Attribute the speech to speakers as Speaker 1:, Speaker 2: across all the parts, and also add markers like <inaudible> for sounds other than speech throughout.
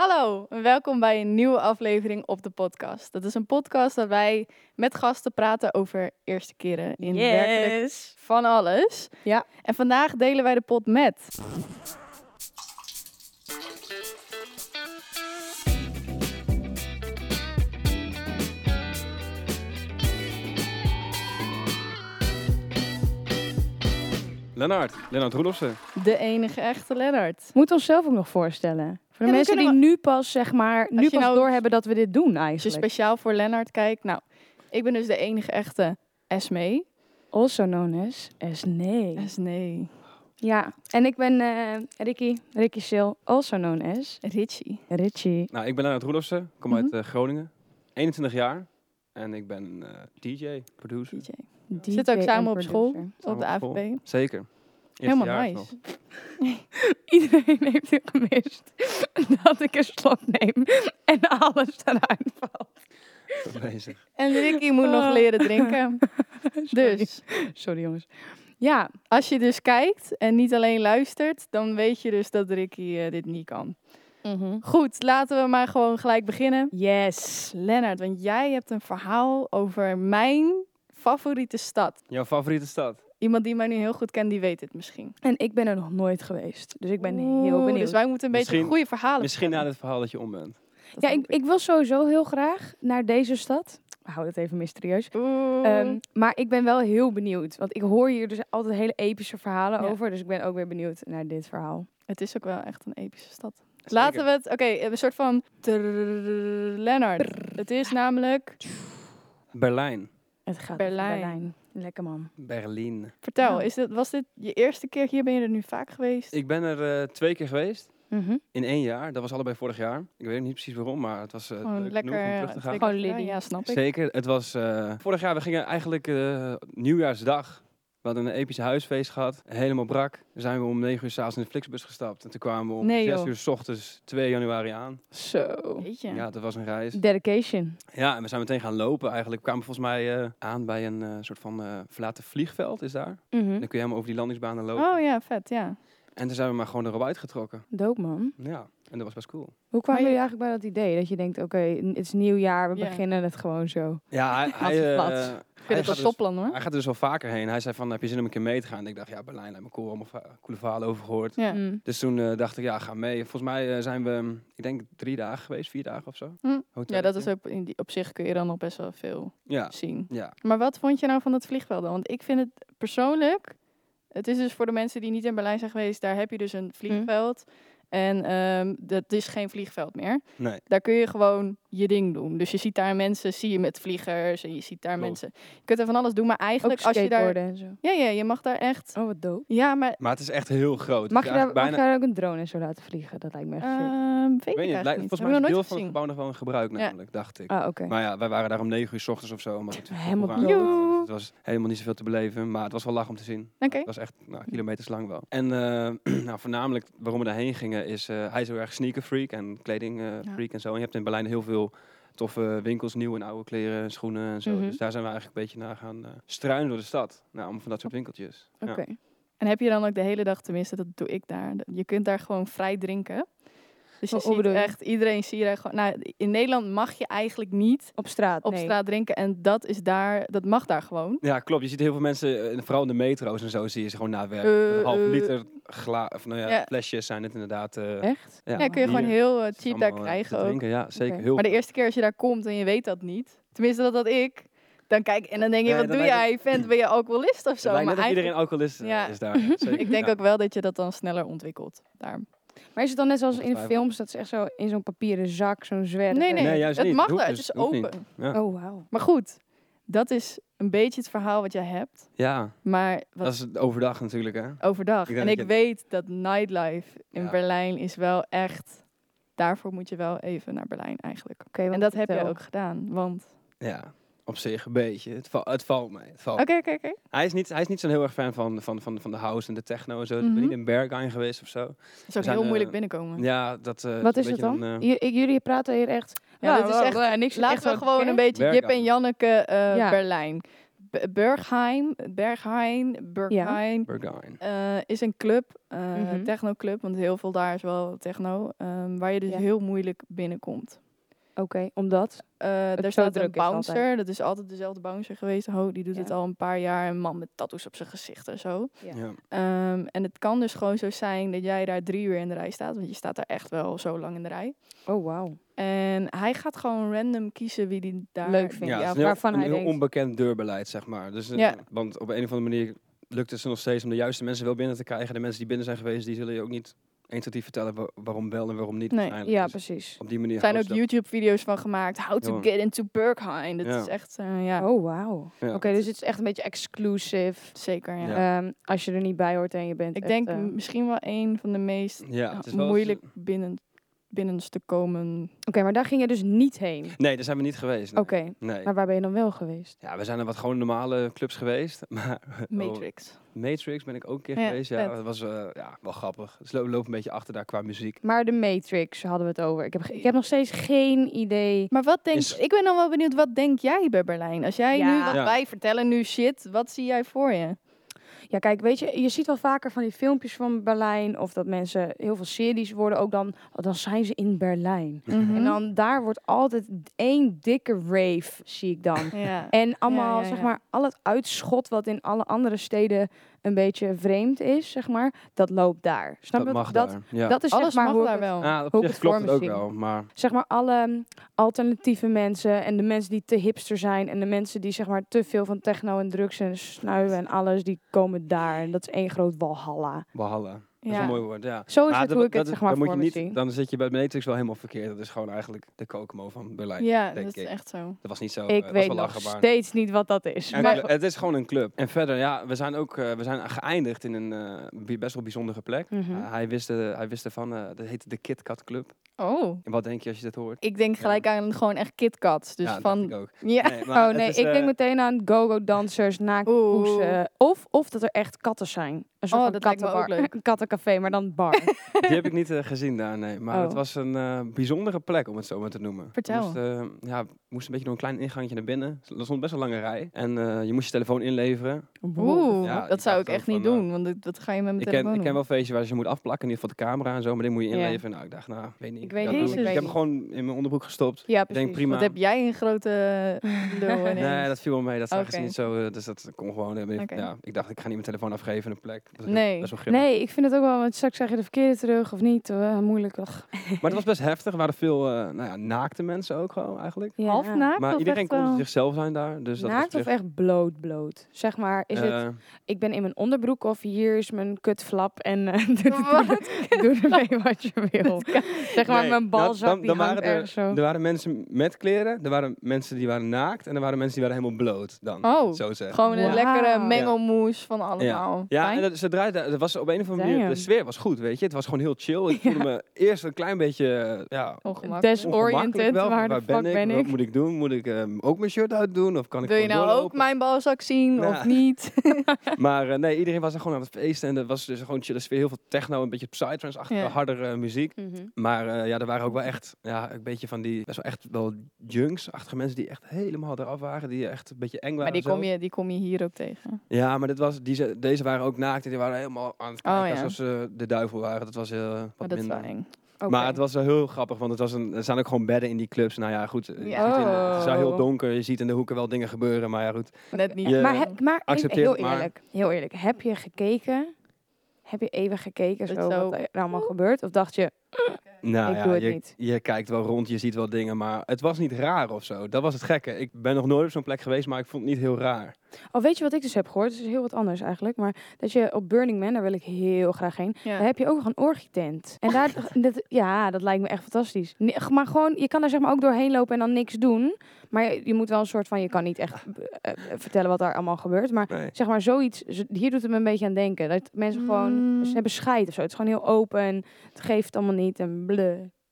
Speaker 1: Hallo en welkom bij een nieuwe aflevering op de podcast. Dat is een podcast waar wij met gasten praten over eerste keren in werkelijk van alles.
Speaker 2: Ja.
Speaker 1: En vandaag delen wij de pot met.
Speaker 3: Lennart, Lennart Roelofsen.
Speaker 1: De enige echte Lennart.
Speaker 2: Moet onszelf ook nog voorstellen. Voor de
Speaker 1: Ja, we
Speaker 2: mensen die
Speaker 1: kunnen
Speaker 2: nu pas, zeg maar, nu
Speaker 1: je
Speaker 2: pas
Speaker 1: nou-
Speaker 2: doorhebben dat we dit doen
Speaker 1: Als je
Speaker 2: eigenlijk.
Speaker 1: speciaal voor Lennart kijkt, nou, ik ben dus de enige echte E. Esme.
Speaker 2: Also known as Esnee.
Speaker 1: E. Esme.
Speaker 2: Ja, en ik ben eh, Ricky, Ricky Sil, also known as
Speaker 1: Richie.
Speaker 2: Richie.
Speaker 3: Nou, ik ben Lennart Roelofsen, ik kom uit
Speaker 2: Mhm.
Speaker 3: eh, Groningen, 21 jaar. En ik ben eh, DJ, producer.
Speaker 1: DJ.
Speaker 2: DJ
Speaker 1: Zitten ook samen
Speaker 2: en
Speaker 1: op school?
Speaker 2: producer.
Speaker 3: Samen
Speaker 1: Op de
Speaker 3: school.
Speaker 1: AVP.
Speaker 3: Zeker. Eerste
Speaker 1: Helemaal
Speaker 3: jaar
Speaker 1: nice.
Speaker 3: nog.
Speaker 2: Iedereen heeft het gemist dat ik een slok neem en alles eruit valt.
Speaker 3: Goed bezig.
Speaker 1: En Ricky moet nog
Speaker 2: Oh.
Speaker 1: leren drinken.
Speaker 2: <laughs> Sorry.
Speaker 1: Dus
Speaker 2: Sorry jongens. Ja,
Speaker 1: als je dus kijkt en niet alleen luistert, dan weet je dus dat Ricky eh, dit niet kan. Goed, laten we maar gewoon gelijk beginnen.
Speaker 2: yes.
Speaker 1: Lennart, want jij hebt een verhaal over mijn favoriete stad.
Speaker 3: Jouw favoriete stad?
Speaker 1: Iemand die mij nu heel goed kent, die weet het misschien.
Speaker 2: En ik ben er nog nooit geweest, dus ik ben heel
Speaker 1: Oeh,
Speaker 2: benieuwd.
Speaker 1: Dus wij moeten een beetje
Speaker 3: Misschien-
Speaker 1: goede verhalen
Speaker 3: Misschien na
Speaker 1: vertellen.
Speaker 3: dit verhaal dat je om bent.
Speaker 1: Dat
Speaker 2: Ja,
Speaker 1: hoop
Speaker 2: ik, ik wil sowieso heel graag naar deze stad. We houden het even mysterieus.
Speaker 1: Oeh.
Speaker 2: Ehm, maar ik ben wel heel benieuwd. Want ik hoor hier dus altijd hele epische verhalen
Speaker 1: Ja.
Speaker 2: over. Dus ik ben ook weer benieuwd naar dit verhaal.
Speaker 1: het is ook wel echt een epische stad.
Speaker 3: Zeker.
Speaker 1: <laughs> Laten we het... Oké, een soort van... trrrr, Lennart. Het is namelijk...
Speaker 3: Berlijn.
Speaker 2: Het gaat
Speaker 1: over Berlijn.
Speaker 2: Lekker man.
Speaker 3: Berlijn.
Speaker 1: Vertel,
Speaker 2: Nou.
Speaker 1: is dit, was dit je eerste keer hier? Ben je er nu vaak geweest?
Speaker 3: Ik ben er eh, twee keer geweest.
Speaker 2: Mhm.
Speaker 3: In één jaar. Dat was allebei vorig jaar. Ik weet niet precies waarom, maar het was eh,
Speaker 1: Gewoon
Speaker 3: leuk
Speaker 1: lekker...
Speaker 3: genoeg om
Speaker 1: eh,
Speaker 3: terug te gaan.
Speaker 1: twee
Speaker 2: Gewoon
Speaker 1: keer- ja,
Speaker 2: Liddy.
Speaker 1: Ja, snap ik.
Speaker 3: Zeker. Het was eh, vorig jaar. We gingen eigenlijk eh, nieuwjaarsdag. We hadden een episch huisfeest gehad. Helemaal brak. Dan zijn we om 9 uur s'avonds in de Flixbus gestapt. En toen kwamen we om
Speaker 1: Nee,
Speaker 3: 6
Speaker 1: joh.
Speaker 3: uur s ochtends 2 januari aan.
Speaker 2: Zo.
Speaker 1: Jeetje.
Speaker 3: Ja. dat was een reis.
Speaker 2: Dedication.
Speaker 3: Ja, en we zijn meteen gaan lopen eigenlijk. We kwamen volgens mij eh, aan bij een eh, soort van eh, verlaten vliegveld, is daar. En dan kun je helemaal over die landingsbanen lopen.
Speaker 1: Mhm. Oh ja, vet, ja.
Speaker 3: En toen zijn we maar gewoon erop uitgetrokken.
Speaker 2: Doop man.
Speaker 3: Ja, en dat was best cool.
Speaker 2: Hoe
Speaker 1: Maar
Speaker 2: kwamen
Speaker 1: je-
Speaker 2: jullie eigenlijk bij dat idee? Dat je denkt, oké, n- het is nieuw jaar. We
Speaker 1: Ja.
Speaker 2: beginnen het gewoon zo.
Speaker 3: Ja,
Speaker 1: <laughs>
Speaker 3: hij, hij, eh,
Speaker 2: Hazenplat.
Speaker 3: hij
Speaker 1: Ik vind het
Speaker 3: gaat
Speaker 1: een
Speaker 3: dus-
Speaker 1: topplan hoor.
Speaker 3: Hij gaat er dus wel vaker heen. Hij zei van, heb je zin om een keer mee te gaan? En ik dacht, ja, Berlijn lijkt me cool. Allemaal va- coole verhalen over gehoord.
Speaker 1: Ja.
Speaker 2: Mm.
Speaker 3: Dus toen eh, dacht ik, ja, ga mee. Volgens mij eh, zijn we, mm, ik denk, drie dagen geweest, vier dagen of zo.
Speaker 1: Hm. Ja, dat is
Speaker 3: ook.
Speaker 1: ook in die, op zich kun je dan nog best wel veel
Speaker 3: Ja,
Speaker 1: zien.
Speaker 3: ja.
Speaker 1: Maar wat vond je nou van dat vliegveld dan? Want ik vind het persoonlijk, het is dus voor de mensen die niet in Berlijn zijn geweest, daar heb je dus
Speaker 3: Mhm.
Speaker 1: een vliegveld. En ehm, dat is geen vliegveld meer.
Speaker 3: Nee.
Speaker 1: Daar kun je gewoon je ding doen. Dus je ziet daar mensen, zie je met vliegers en je ziet daar
Speaker 3: Klopt.
Speaker 1: mensen. Je kunt er van alles doen, maar
Speaker 2: Ook
Speaker 1: eigenlijk als je daar...
Speaker 2: skateboarden en zo.
Speaker 1: Ja, ja, je mag daar echt...
Speaker 2: Oh, wat dope.
Speaker 1: Ja, maar...
Speaker 3: Maar het is echt heel groot.
Speaker 2: Mag
Speaker 3: Het
Speaker 2: je,
Speaker 3: is
Speaker 2: daar,
Speaker 3: eigenlijk
Speaker 2: mag je
Speaker 3: bijna...
Speaker 2: daar ook een drone en zo laten vliegen? Dat lijkt me echt sick.
Speaker 1: ehm, weet ik
Speaker 3: Ik weet niet, het
Speaker 1: eigenlijk
Speaker 3: lijkt-
Speaker 1: niet.
Speaker 3: volgens
Speaker 1: Heb
Speaker 3: mij
Speaker 1: ik
Speaker 3: is
Speaker 1: nog
Speaker 3: een deel
Speaker 1: nooit
Speaker 3: van het
Speaker 1: gezien.
Speaker 3: gebouw nog wel in gebruik
Speaker 1: Ja.
Speaker 3: namelijk, dacht ik.
Speaker 2: Ah, oké.
Speaker 3: Maar ja, wij waren daar om negen uur 's ochtends of zo. Omdat het
Speaker 2: Helemaal
Speaker 3: vroeg aan-
Speaker 1: bloot.
Speaker 3: Het was helemaal niet zoveel te beleven, maar het was wel lach om te zien.
Speaker 1: Oké.
Speaker 3: Het was echt nou, kilometers lang wel. En eh, <clears throat> nou, voornamelijk waarom we daarheen gingen is, eh, hij is heel erg sneaker freak en kleding eh,
Speaker 1: Ja.
Speaker 3: freak en zo. En je hebt in Berlijn heel veel toffe winkels, nieuw en oude kleren en schoenen en zo.
Speaker 1: Mhm.
Speaker 3: Dus daar zijn we eigenlijk een beetje naar gaan eh, struinen door de stad. Nou, om van dat soort winkeltjes. Ja.
Speaker 2: Oké.
Speaker 1: En heb je dan ook de hele dag, tenminste, dat doe ik daar. Je kunt daar gewoon vrij drinken. Dus je
Speaker 3: Oh,
Speaker 2: Hoe- hoe
Speaker 1: ziet
Speaker 2: bedoel je?
Speaker 1: echt, iedereen zie je daar gewoon... Nou, in Nederland mag je eigenlijk niet
Speaker 2: Op straat.
Speaker 1: op
Speaker 2: nee.
Speaker 1: straat drinken. En dat is daar, dat mag daar gewoon.
Speaker 3: Ja, klopt. Je ziet heel veel mensen, eh, vooral in de metro's en zo, zie je ze gewoon na werk.
Speaker 1: Eh,
Speaker 3: Met een half
Speaker 1: eh.
Speaker 3: liter gla of, nou ja,
Speaker 1: Ja.
Speaker 3: flesjes zijn het inderdaad. eh,
Speaker 2: Echt?
Speaker 1: Ja, kun je
Speaker 3: bier.
Speaker 1: gewoon heel eh,
Speaker 3: Het is
Speaker 1: cheap daar
Speaker 3: allemaal, eh, te
Speaker 1: krijgen ook.
Speaker 3: drinken, Ja, zeker.
Speaker 2: Oké.
Speaker 3: Heel
Speaker 1: Maar de
Speaker 3: veel.
Speaker 1: eerste keer als je daar komt en je weet dat niet... Tenminste, dat had ik. Dan kijk en dan denk je,
Speaker 3: Nee,
Speaker 1: wat
Speaker 3: dat
Speaker 1: doe
Speaker 3: lijkt-
Speaker 1: jij? Vent, ben je alcoholist of
Speaker 3: Het
Speaker 1: zo?
Speaker 3: lijkt
Speaker 1: Maar
Speaker 3: net of iedereen
Speaker 1: eigenlijk,
Speaker 3: alcoholist eh,
Speaker 1: Ja.
Speaker 3: is daar.
Speaker 1: <laughs>
Speaker 3: Zeker.
Speaker 1: ik denk
Speaker 3: Ja.
Speaker 1: ook wel dat je dat dan sneller ontwikkelt. Daar.
Speaker 2: Maar is het dan net zoals in de
Speaker 3: Ongetwijfeld.
Speaker 2: films, dat ze echt zo in zo'n papieren zak, zo'n zwerf?
Speaker 1: Nee, nee,
Speaker 3: Nee, juist
Speaker 1: het
Speaker 3: niet.
Speaker 1: mag
Speaker 3: Hoeft
Speaker 1: daar. Het
Speaker 3: dus-
Speaker 1: is
Speaker 3: hoeft niet.
Speaker 1: open.
Speaker 2: Oh, wauw.
Speaker 1: Maar goed, dat is een beetje het verhaal wat jij hebt.
Speaker 3: Ja,
Speaker 1: Maar wat
Speaker 3: dat is het overdag natuurlijk, hè.
Speaker 1: overdag.
Speaker 3: Ik denk
Speaker 1: en ik
Speaker 3: dat je-
Speaker 1: weet dat nightlife in
Speaker 3: Ja.
Speaker 1: Berlijn is wel echt. Daarvoor moet je wel even naar Berlijn eigenlijk.
Speaker 2: Oké,
Speaker 1: En
Speaker 2: want
Speaker 1: dat heb je
Speaker 2: vertel.
Speaker 1: ook gedaan, want.
Speaker 3: Ja, op zich een beetje. Het, val- het valt mee. Het valt.
Speaker 1: Oké, oké, oké.
Speaker 3: Hij is niet, hij is niet zo'n heel erg fan van, van, van, van de house en de techno en zo. Ik
Speaker 1: Mhm.
Speaker 3: ben niet in Berghain geweest of zo.
Speaker 1: Dat is ook
Speaker 3: zijn,
Speaker 1: heel moeilijk
Speaker 3: eh,
Speaker 1: binnenkomen.
Speaker 3: Ja, dat...
Speaker 2: Wat
Speaker 3: eh, een
Speaker 2: is het
Speaker 3: beetje
Speaker 2: dan?
Speaker 3: een, eh,
Speaker 2: J- ik- jullie praten hier echt...
Speaker 1: Ja, dit is echt-
Speaker 2: blablabla, niks
Speaker 1: Laten we
Speaker 2: echt zo-
Speaker 1: gewoon
Speaker 2: hè?
Speaker 1: een beetje
Speaker 3: Werk
Speaker 1: Jip
Speaker 3: aan.
Speaker 1: en Janneke eh,
Speaker 2: Ja.
Speaker 1: Berlijn. B- Bergheim, Bergheim, Bergheim
Speaker 3: Berghain.
Speaker 1: eh, is een club, eh
Speaker 2: Mhm.
Speaker 1: technoclub, want heel veel daar is wel techno, ehm, waar je dus
Speaker 2: Ja.
Speaker 1: heel moeilijk binnenkomt.
Speaker 2: Oké, omdat.
Speaker 1: Eh,
Speaker 2: zo
Speaker 1: daar staat een
Speaker 2: druk is altijd.
Speaker 1: bouncer, dat is altijd dezelfde bouncer geweest. Ho, die doet
Speaker 2: Ja.
Speaker 1: het al een paar jaar, een man met tattoos op zijn gezicht en zo.
Speaker 2: Ja.
Speaker 3: Ja.
Speaker 1: Ehm, en het kan dus gewoon zo zijn dat jij daar drie uur in de rij staat, want je staat daar echt wel zo lang in de rij.
Speaker 2: Oh, wauw.
Speaker 1: En hij gaat gewoon random kiezen wie die daar
Speaker 2: Leuk vindt.
Speaker 3: Ja,
Speaker 2: Ja,
Speaker 3: het is een heel-
Speaker 2: waarvan
Speaker 3: een
Speaker 2: hij
Speaker 3: heel
Speaker 2: denkt-
Speaker 3: onbekend deurbeleid, zeg maar. Dus, eh,
Speaker 1: Ja.
Speaker 3: Want op een of andere manier lukt het ze nog steeds om de juiste mensen wel binnen te krijgen. De mensen die binnen zijn geweest, die zullen je ook niet 1 tot 10 vertellen wa- waarom wel en waarom niet.
Speaker 1: Nee,
Speaker 3: waarschijnlijk.
Speaker 2: Ja,
Speaker 3: Dus
Speaker 2: precies.
Speaker 3: op die manier
Speaker 1: Er zijn ook
Speaker 3: houdt ze
Speaker 1: YouTube-video's van gemaakt. How to
Speaker 3: Ja.
Speaker 1: get into Berghain. Dat
Speaker 3: Ja.
Speaker 1: is echt, eh, ja,
Speaker 2: Oh, wauw. Oké,
Speaker 3: Ja.
Speaker 2: dus het is echt een beetje exclusive.
Speaker 1: zeker. Ja.
Speaker 3: Ja.
Speaker 2: Ehm, als je er niet bij hoort en je bent.
Speaker 1: Ik
Speaker 2: echt,
Speaker 1: denk
Speaker 2: eh,
Speaker 1: m- misschien wel een van de meest
Speaker 3: dat- ja, het is wel
Speaker 1: moeilijk binnen, binnen te komen.
Speaker 2: Oké, maar daar ging je dus niet heen. Oké,
Speaker 3: Nee, daar zijn we niet geweest. nee. Nee.
Speaker 2: maar waar ben je dan wel geweest?
Speaker 3: Ja, we zijn er wat gewoon normale clubs geweest. Maar
Speaker 1: Matrix.
Speaker 3: <laughs> Oh, Matrix ben ik ook een keer
Speaker 1: Ja,
Speaker 3: geweest. Ja,
Speaker 1: vet.
Speaker 3: dat was eh, ja, wel grappig. Dus lo- loop een beetje achter daar qua muziek.
Speaker 2: Maar de Matrix hadden we het over. Ik heb, ge- ik heb nog steeds geen idee.
Speaker 1: Maar wat denk
Speaker 3: Is-
Speaker 1: ik ben dan wel benieuwd, wat denk jij bij Berlijn? Als jij
Speaker 2: Ja.
Speaker 1: nu, wat
Speaker 3: Ja.
Speaker 1: wij vertellen nu shit, wat zie jij voor je?
Speaker 2: Ja, kijk, weet je, je ziet wel vaker van die filmpjes van Berlijn. Of dat mensen heel veel series worden ook dan. oh, dan zijn ze in Berlijn.
Speaker 1: Mhm.
Speaker 2: En dan daar wordt altijd één dikke rave, zie ik
Speaker 1: <laughs>
Speaker 2: dan.
Speaker 1: ja.
Speaker 2: En allemaal,
Speaker 1: ja,
Speaker 2: zeg
Speaker 1: ja.
Speaker 2: maar, al het uitschot wat in alle andere steden een beetje vreemd is, zeg maar, dat loopt daar. Snap
Speaker 3: dat
Speaker 2: je?
Speaker 3: mag
Speaker 2: dat,
Speaker 3: daar. Ja.
Speaker 2: dat is
Speaker 1: Alles
Speaker 2: zeg maar
Speaker 1: mag
Speaker 2: hoe ik
Speaker 1: daar
Speaker 2: het-
Speaker 1: wel.
Speaker 3: Ah, op
Speaker 2: hoe ik
Speaker 3: zich
Speaker 2: het
Speaker 3: klopt
Speaker 2: voor
Speaker 3: het
Speaker 2: me
Speaker 3: ook
Speaker 2: zie.
Speaker 3: wel, maar
Speaker 2: zeg maar alle mm, alternatieve mensen en de mensen die te hipster zijn en de mensen die zeg maar te veel van techno en drugs en snuiven en alles, die komen daar. En dat is één groot walhalla.
Speaker 3: Walhalla. Dat is
Speaker 1: Ja.
Speaker 3: een mooi woord, ja.
Speaker 2: Zo is
Speaker 3: Maar
Speaker 2: het
Speaker 3: Nou, dat-
Speaker 2: hoe ik
Speaker 3: dat
Speaker 2: het
Speaker 3: is-
Speaker 2: zeg maar
Speaker 3: dan moet
Speaker 2: voor
Speaker 3: je
Speaker 2: me
Speaker 3: niet,
Speaker 2: zie.
Speaker 3: Dan zit je bij Matrix wel helemaal verkeerd. Dat is gewoon eigenlijk de Kokomo van Berlijn.
Speaker 1: ja,
Speaker 3: denk
Speaker 1: dat is
Speaker 3: ik.
Speaker 1: echt zo.
Speaker 3: Dat was niet zo. eh,
Speaker 2: ik
Speaker 3: was
Speaker 2: weet
Speaker 3: wel
Speaker 2: nog
Speaker 3: lachen, maar-
Speaker 2: steeds niet wat dat is.
Speaker 3: En
Speaker 2: maar-
Speaker 3: cl- het is gewoon een club. En verder, ja, we zijn ook eh, we zijn geëindigd in een eh, bi- best wel bijzondere plek.
Speaker 2: Mhm.
Speaker 3: Eh, hij, wist, eh, hij wist ervan, eh, dat heette de Kit Kat Club.
Speaker 1: Oh.
Speaker 3: En wat denk je als je dit hoort?
Speaker 1: Ik denk gelijk aan gewoon echt KitKats. Dus
Speaker 3: ja, dat dacht
Speaker 1: van,
Speaker 3: ik ook.
Speaker 1: ja.
Speaker 3: Nee, maar
Speaker 2: Oh
Speaker 3: het
Speaker 2: nee,
Speaker 3: is,
Speaker 2: ik
Speaker 3: eh,
Speaker 2: denk meteen aan go-go-dansers, naakt
Speaker 1: Oeh.
Speaker 2: poesen. Of, of dat er echt katten zijn. Een soort
Speaker 1: Oh,
Speaker 2: van
Speaker 1: dat lijkt me ook
Speaker 2: kattenbar-
Speaker 1: leuk.
Speaker 2: een <laughs> kattencafé, maar dan bar.
Speaker 3: Die heb ik niet eh, gezien daar, nee. Maar
Speaker 2: Oh.
Speaker 3: het was een eh, bijzondere plek, om het zo maar te noemen. Je
Speaker 1: Vertel.
Speaker 3: Moest, eh, ja, we moesten een beetje door een klein ingangetje naar binnen. Er stond best een lange rij. En eh, je moest je telefoon inleveren.
Speaker 1: <laughs> Oh, Oeh,
Speaker 3: Ja, ik
Speaker 1: dat zou ik
Speaker 3: dacht ook
Speaker 1: echt niet
Speaker 3: van, eh,
Speaker 1: doen, want dat, dat ga je met mijn
Speaker 3: Ik
Speaker 1: telefoon
Speaker 3: ken, ik
Speaker 1: doen.
Speaker 3: ken wel feestjes waar ze je moet afplakken, in ieder geval de camera en zo. Maar dit moet je
Speaker 2: Ja.
Speaker 3: inleveren. Nou, ik dacht, nou, weet niet.
Speaker 2: Ik weet
Speaker 3: Dat
Speaker 1: niet,
Speaker 3: doe
Speaker 1: ik
Speaker 3: Ik
Speaker 1: weet
Speaker 3: heb
Speaker 2: niet.
Speaker 3: hem gewoon in mijn onderbroek gestopt.
Speaker 2: Ja,
Speaker 3: Ik
Speaker 2: precies.
Speaker 3: denk prima.
Speaker 1: Wat heb jij een grote eh, lul ineens?
Speaker 3: Nee, dat viel wel mee. Dat zagen ze
Speaker 1: Oké.
Speaker 3: niet zo. eh, Dus dat kon gewoon. eh,
Speaker 1: Oké.
Speaker 3: Ja, ik dacht, ik ga niet mijn telefoon afgeven in een plek. Dat was
Speaker 1: Nee.
Speaker 3: Best wel grimmig.
Speaker 2: Nee, ik vind het ook wel, want straks zeg je de verkeerde terug of niet. eh, moeilijk. Ach,
Speaker 3: Maar het was best heftig. Er waren veel eh, nou ja, naakte mensen ook gewoon eigenlijk.
Speaker 2: ja.
Speaker 1: Half naakt
Speaker 3: Maar
Speaker 1: of
Speaker 3: iedereen
Speaker 1: echt
Speaker 3: kon
Speaker 1: wel?
Speaker 3: zichzelf zijn daar. Dus dat
Speaker 2: Naakt
Speaker 3: was
Speaker 2: of echt bloot, bloot? Zeg maar, is
Speaker 3: Eh,
Speaker 2: het, ik ben in mijn onderbroek of hier is mijn kutflap en eh <laughs> doe, doe, doe ermee wat <laughs> je wil. Zeg maar,
Speaker 3: Nee,
Speaker 2: mijn
Speaker 3: nou,
Speaker 2: balzak
Speaker 3: dan-
Speaker 2: die
Speaker 3: dan
Speaker 2: hangt
Speaker 3: waren er-
Speaker 2: ergens zo.
Speaker 3: Er waren mensen met kleren, er waren mensen die waren naakt en er waren mensen die waren helemaal bloot dan.
Speaker 1: Oh,
Speaker 3: Zo zeggen.
Speaker 1: Gewoon een
Speaker 2: Wauw.
Speaker 1: lekkere
Speaker 2: Ja.
Speaker 1: mengelmoes van allemaal.
Speaker 3: Ja,
Speaker 1: Fijn.
Speaker 3: en dat, ze draaiden, het was op een of andere manier, de
Speaker 2: Damn.
Speaker 3: sfeer was goed, weet je. Het was gewoon heel chill. Ik voelde me eerst een klein beetje, eh, ja,
Speaker 1: Ongemakkelijk.
Speaker 2: Desoriented,
Speaker 3: ongemakkelijk wel.
Speaker 2: waar de fuck ben
Speaker 3: Wat
Speaker 2: ik?
Speaker 3: moet ik doen? Moet ik eh, ook mijn shirt uitdoen? Of kan ik
Speaker 1: Wil je
Speaker 3: gewoon
Speaker 1: nou ook
Speaker 3: doorlopen?
Speaker 1: mijn balzak zien
Speaker 3: Ja.
Speaker 1: of niet?
Speaker 3: Maar eh, nee, iedereen was er gewoon aan het feesten. En er was dus gewoon chille sfeer. Heel veel techno, een beetje psytrance-achtige,
Speaker 1: Ja.
Speaker 3: hardere muziek.
Speaker 2: Mhm.
Speaker 3: Maar eh, ja, er waren ook wel echt ja, een beetje van die best wel echt wel junks-achtige mensen die echt helemaal eraf waren. Die echt een beetje eng waren.
Speaker 1: Maar die
Speaker 3: en zo.
Speaker 1: kom, je, die kom je hier ook tegen.
Speaker 3: Ja, maar dit was, die, ze- deze waren ook naakt en die waren helemaal aan het kijken
Speaker 1: Oh, ja.
Speaker 3: alsof ze de duivel waren. Dat was heel wat
Speaker 1: Maar dat is
Speaker 3: minder.
Speaker 1: wel eng.
Speaker 2: Oké.
Speaker 3: Maar het was wel heel grappig, want het was een, er staan ook gewoon bedden in die clubs. Nou ja, goed, je
Speaker 1: Ja.
Speaker 3: ziet in- het is wel heel
Speaker 2: Oh.
Speaker 3: donker. Je ziet in de hoeken wel dingen gebeuren, maar ja, goed.
Speaker 1: Net niet.
Speaker 3: Je-
Speaker 2: Maar, heb- maar even,
Speaker 3: eh, accepteer
Speaker 2: heel
Speaker 3: het maar.
Speaker 2: eerlijk, heel eerlijk, heb je gekeken? Heb je even gekeken
Speaker 1: Dat
Speaker 2: zo,
Speaker 1: zo-
Speaker 2: wat er allemaal gebeurt? Of dacht je,
Speaker 3: Nou
Speaker 2: Ik
Speaker 3: ja,
Speaker 2: doe het
Speaker 3: je,
Speaker 2: niet.
Speaker 3: je kijkt wel rond, je ziet wel dingen, maar het was niet raar of zo. Dat was het gekke. Ik ben nog nooit op zo'n plek geweest, maar ik vond het niet heel raar.
Speaker 2: oh weet je wat ik dus heb gehoord? Het is heel wat anders eigenlijk. Maar dat je op Burning Man, daar wil ik heel graag heen.
Speaker 1: Ja.
Speaker 2: Daar heb je ook nog een orgietent. En daar, dat, ja, dat lijkt me echt fantastisch. Nee, Maar gewoon, je kan daar zeg maar ook doorheen lopen en dan niks doen. Maar je, je moet wel een soort van, je kan niet echt eh, eh, vertellen wat daar allemaal gebeurt. Maar
Speaker 3: Nee.
Speaker 2: zeg maar zoiets, z- hier doet het me een beetje aan denken. Dat mensen gewoon,
Speaker 1: Mm.
Speaker 2: ze hebben scheid of zo. Het is gewoon heel open, het geeft allemaal niet en bleh.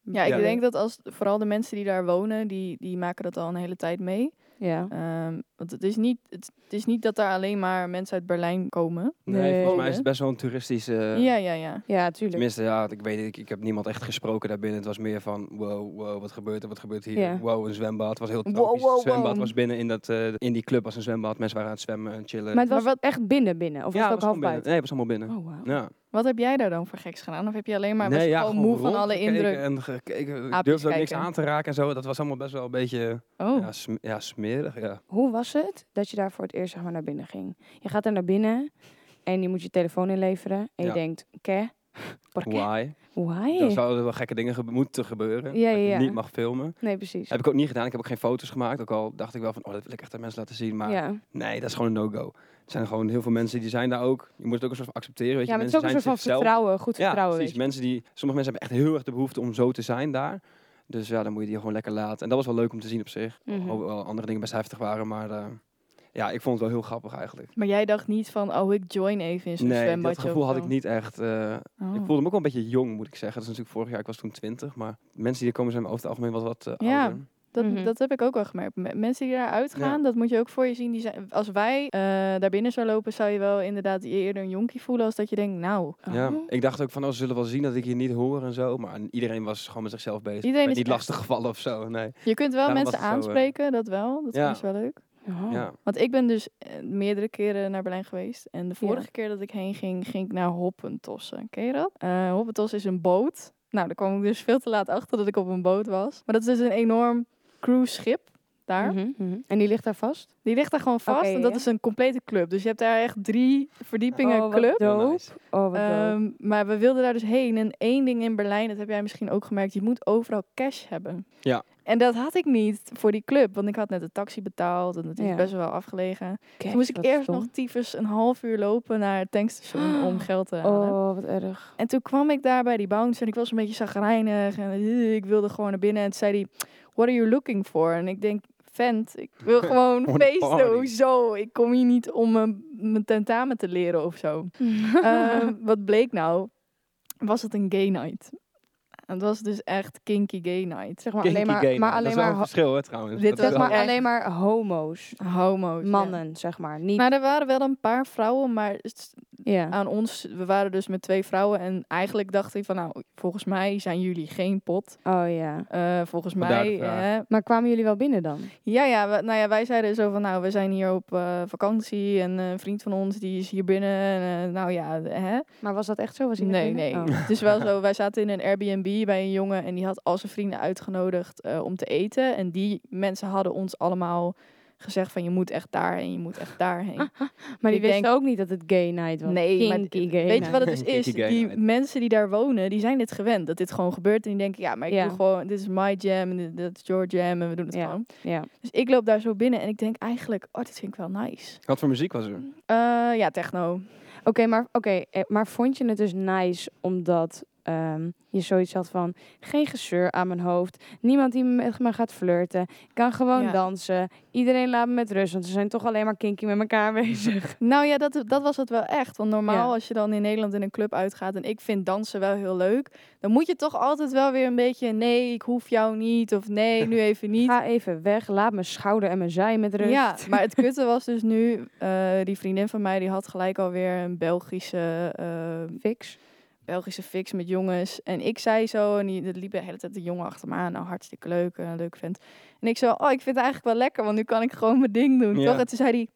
Speaker 1: Ja, ik
Speaker 3: Ja.
Speaker 1: denk dat als vooral de mensen die daar wonen, die, die maken dat al een hele tijd mee.
Speaker 2: Ja.
Speaker 1: Ehm, want Want het is niet, het, het is niet dat daar alleen maar mensen uit Berlijn komen.
Speaker 3: Nee,
Speaker 2: Nee.
Speaker 3: volgens mij is het best wel een toeristische...
Speaker 1: Ja, ja, ja.
Speaker 2: Ja, tuurlijk.
Speaker 3: Tenminste, ja, ik weet het, ik, ik heb niemand echt gesproken daarbinnen. Het was meer van, wow, wow, wat gebeurt er, wat gebeurt hier?
Speaker 2: Ja.
Speaker 3: Wow, een zwembad. Het was heel
Speaker 1: Wow,
Speaker 3: tropisch. Het
Speaker 1: wow, wow.
Speaker 3: zwembad was binnen in, dat, eh, in die club was een zwembad. Mensen waren aan het zwemmen en chillen.
Speaker 2: Maar het was
Speaker 1: Maar wat-
Speaker 2: echt binnen binnen? Of
Speaker 3: ja,
Speaker 2: was het ook
Speaker 3: was
Speaker 2: half
Speaker 3: allemaal binnen.
Speaker 2: buiten?
Speaker 3: Nee, het was allemaal binnen.
Speaker 2: Oh, wauw.
Speaker 3: Ja.
Speaker 1: Wat heb jij daar dan voor geks gedaan? Of heb je alleen maar was
Speaker 3: nee,
Speaker 1: je
Speaker 3: ja,
Speaker 1: gewoon moe van alle
Speaker 3: rondgekeken
Speaker 1: indruk?
Speaker 3: En gekeken. Ik
Speaker 1: Aapjes
Speaker 3: durfde ook niks
Speaker 1: kijken.
Speaker 3: aan te raken en zo. Dat was allemaal best wel een beetje
Speaker 1: Oh,
Speaker 3: ja, sm- ja, smerig. Ja.
Speaker 2: Hoe was het dat je daar voor het eerst zeg maar, naar binnen ging? Je gaat daar naar binnen en je moet je telefoon inleveren. En je
Speaker 3: Ja.
Speaker 2: denkt, ke? <laughs> Por qué?
Speaker 3: Why?
Speaker 2: Why?
Speaker 3: Dan zouden er wel gekke dingen gebe- moeten gebeuren.
Speaker 2: Ja,
Speaker 3: dat
Speaker 2: ja, ja.
Speaker 3: je niet mag filmen.
Speaker 2: Nee, precies.
Speaker 3: Heb ik ook niet gedaan. Ik heb ook geen foto's gemaakt. Ook al dacht ik wel van, oh, dat wil ik echt aan mensen laten zien. Maar
Speaker 2: Ja.
Speaker 3: Nee, dat is gewoon een no-go. Er zijn gewoon heel veel mensen die zijn daar ook. Je moet het ook een soort van accepteren. Weet je.
Speaker 2: ja, maar het is
Speaker 3: mensen
Speaker 2: ook een soort
Speaker 3: zijn
Speaker 2: van
Speaker 3: zichzelf.
Speaker 2: vertrouwen, goed vertrouwen.
Speaker 3: Ja, precies. Mensen die, sommige mensen hebben echt heel erg de behoefte om zo te zijn daar. Dus ja, dan moet je die gewoon lekker laten. En dat was wel leuk om te zien op zich.
Speaker 2: weet je. Mhm.
Speaker 3: Hoewel andere dingen best heftig waren, maar eh, ja, ik vond het wel heel grappig eigenlijk.
Speaker 1: maar jij dacht niet van, oh, ik join even in zo'n
Speaker 3: Nee, dat
Speaker 1: zwembadje.
Speaker 3: gevoel
Speaker 1: of
Speaker 3: had
Speaker 1: zo.
Speaker 3: ik niet echt. eh,
Speaker 1: Oh.
Speaker 3: Ik voelde me ook wel een beetje jong, moet ik zeggen. Dat is natuurlijk vorig jaar, ik was toen 20. Maar mensen die er komen zijn over het algemeen wat, wat eh,
Speaker 1: Ja.
Speaker 3: ouder.
Speaker 1: Dat,
Speaker 2: Mhm.
Speaker 1: dat heb ik ook wel gemerkt. Me- Mensen die daaruit gaan, dat moet je ook voor je zien. Die zijn, als wij eh, daar binnen zou lopen, zou je wel inderdaad je eerder een jonkie voelen als dat je denkt, nou,
Speaker 3: Ja,
Speaker 2: Oh.
Speaker 3: ik dacht ook van, oh, ze zullen wel zien dat ik hier niet hoor en zo. Maar iedereen was gewoon met zichzelf bezig.
Speaker 1: Iedereen
Speaker 3: Ik ben
Speaker 1: is
Speaker 3: niet
Speaker 1: echt-
Speaker 3: lastig gevallen of zo, nee.
Speaker 1: je kunt wel
Speaker 3: Daarom
Speaker 1: mensen
Speaker 3: was het zo, eh,
Speaker 1: aanspreken, dat wel. Dat
Speaker 3: ja.
Speaker 1: is wel leuk.
Speaker 2: Oh.
Speaker 3: Ja.
Speaker 1: Want ik ben dus eh, meerdere keren naar Berlijn geweest. En de
Speaker 2: Ja.
Speaker 1: vorige keer dat ik heen ging, ging ik naar Hoppentossen. Ken je dat? Eh Hoppentossen is een boot. Nou, daar kwam ik dus veel te laat achter dat ik op een boot was. Maar dat is dus een enorm cruiseschip daar.
Speaker 2: Mhm, mhm. En die ligt daar vast?
Speaker 1: Die ligt daar gewoon vast.
Speaker 2: Oké,
Speaker 1: en dat
Speaker 2: ja.
Speaker 1: is een complete club. Dus je hebt daar echt drie verdiepingen
Speaker 2: Oh, wat
Speaker 1: club.
Speaker 2: Dope.
Speaker 3: Heel nice.
Speaker 2: Oh, wat dope.
Speaker 1: Ehm, maar we wilden daar dus heen. En één ding in Berlijn, dat heb jij misschien ook gemerkt, je moet overal cash hebben.
Speaker 3: Ja.
Speaker 1: En dat had ik niet voor die club, want ik had net de taxi betaald en dat is
Speaker 2: Ja.
Speaker 1: best wel afgelegen.
Speaker 2: Kijk,
Speaker 1: Toen moest ik
Speaker 2: wat
Speaker 1: eerst
Speaker 2: stom. Oh,
Speaker 1: nog tyfus een half uur lopen naar het tankstation om <gasps> geld te halen.
Speaker 2: Oh, wat erg.
Speaker 1: En toen kwam ik daar bij die bounce en ik was een beetje zagrijnig en eh, ik wilde gewoon naar binnen. En toen zei hij, what are you looking for? En ik denk, vent, ik wil gewoon
Speaker 3: Gewoon een
Speaker 1: feesten,
Speaker 3: party."
Speaker 1: hoezo? Ik kom hier niet om mijn- mijn tentamen te leren of zo. Ehm, wat bleek nou? Was het een gay night? En het was dus echt kinky gay night.
Speaker 2: zeg maar
Speaker 3: Kinky
Speaker 2: alleen maar,
Speaker 3: gay night.
Speaker 2: maar,
Speaker 3: dat
Speaker 2: alleen
Speaker 3: is wel
Speaker 2: maar,
Speaker 3: een verschil, hè, trouwens.
Speaker 1: Dit
Speaker 3: Dat is
Speaker 2: ho-
Speaker 1: was
Speaker 2: zeg
Speaker 3: wel-
Speaker 2: maar,
Speaker 1: echt-
Speaker 2: alleen maar homo's.
Speaker 1: Homo's. ja.
Speaker 2: Mannen, zeg maar. Niet,
Speaker 1: Maar er waren wel een paar vrouwen, maar het-
Speaker 2: ja.
Speaker 1: aan ons, we waren dus met twee vrouwen. En eigenlijk dacht ik van, nou, volgens mij zijn jullie geen pot.
Speaker 2: Oh ja.
Speaker 1: Eh, volgens
Speaker 3: Vandaar de
Speaker 1: mij,
Speaker 3: vraag.
Speaker 1: hè,
Speaker 2: Maar kwamen jullie wel binnen dan?
Speaker 1: Ja, ja, we- nou ja, wij zeiden zo van, nou, we zijn hier op eh, vakantie en eh, een vriend van ons die is hier binnen. En, eh, nou ja, hè?
Speaker 2: Maar was dat echt zo? Was hij naar
Speaker 1: Nee, nee.
Speaker 2: binnen? <laughs> Oh.
Speaker 1: Het is wel zo, wij zaten in een Airbnb bij een jongen en die had al zijn vrienden uitgenodigd eh, om te eten. En die mensen hadden ons allemaal gezegd van, je moet echt daar en je moet echt
Speaker 2: Ah,
Speaker 1: daarheen.
Speaker 2: Maar die
Speaker 1: Ik
Speaker 2: wisten
Speaker 1: denk-
Speaker 2: ook niet dat het gay night was.
Speaker 1: Nee, maar
Speaker 2: Kinky gay
Speaker 1: weet je wat het dus
Speaker 3: <laughs> Kinky
Speaker 1: is?
Speaker 3: gay
Speaker 1: Die
Speaker 3: night.
Speaker 1: mensen die daar wonen, die zijn dit gewend, dat dit gewoon gebeurt. En die denken, ja, maar ik
Speaker 2: Ja.
Speaker 1: doe gewoon, dit is my jam en dit- dat is your jam en we doen het
Speaker 2: Ja.
Speaker 1: gewoon.
Speaker 2: night. Ja.
Speaker 1: Dus ik loop daar zo binnen en ik denk eigenlijk, oh, dit vind ik wel nice.
Speaker 3: Wat voor muziek was er?
Speaker 1: Eh, ja,
Speaker 2: <laughs>
Speaker 1: techno.
Speaker 2: Oké, maar, oké, eh, maar vond je het dus nice omdat ehm, je zoiets had van... Geen gezeur aan mijn hoofd. Niemand die met me gaat flirten. Ik kan gewoon
Speaker 1: Ja.
Speaker 2: dansen. Iedereen laat me met rust. Want ze zijn toch alleen maar kinky met elkaar <laughs> bezig.
Speaker 1: Nou ja, dat, dat was het wel echt. Want normaal
Speaker 2: Ja.
Speaker 1: als je dan in Nederland in een club uitgaat en ik vind dansen wel heel leuk, dan moet je toch altijd wel weer een beetje nee, ik hoef jou niet of nee,
Speaker 2: <laughs>
Speaker 1: nu even niet.
Speaker 2: Ga even weg. Laat mijn schouder en mijn zij met rust.
Speaker 1: Ja, maar het
Speaker 2: <laughs>
Speaker 1: kutte was dus nu, eh, die vriendin van mij die had gelijk alweer een Belgische, eh,
Speaker 2: Fix.
Speaker 1: Belgische fix met jongens. En ik zei zo, en die, er liep de hele tijd de jongen achter me aan, nou hartstikke leuk, een leuk vent. En ik zo, oh ik vind het eigenlijk wel lekker, want nu kan ik gewoon mijn ding doen.
Speaker 3: Ja.
Speaker 1: Toch? En toen zei hij,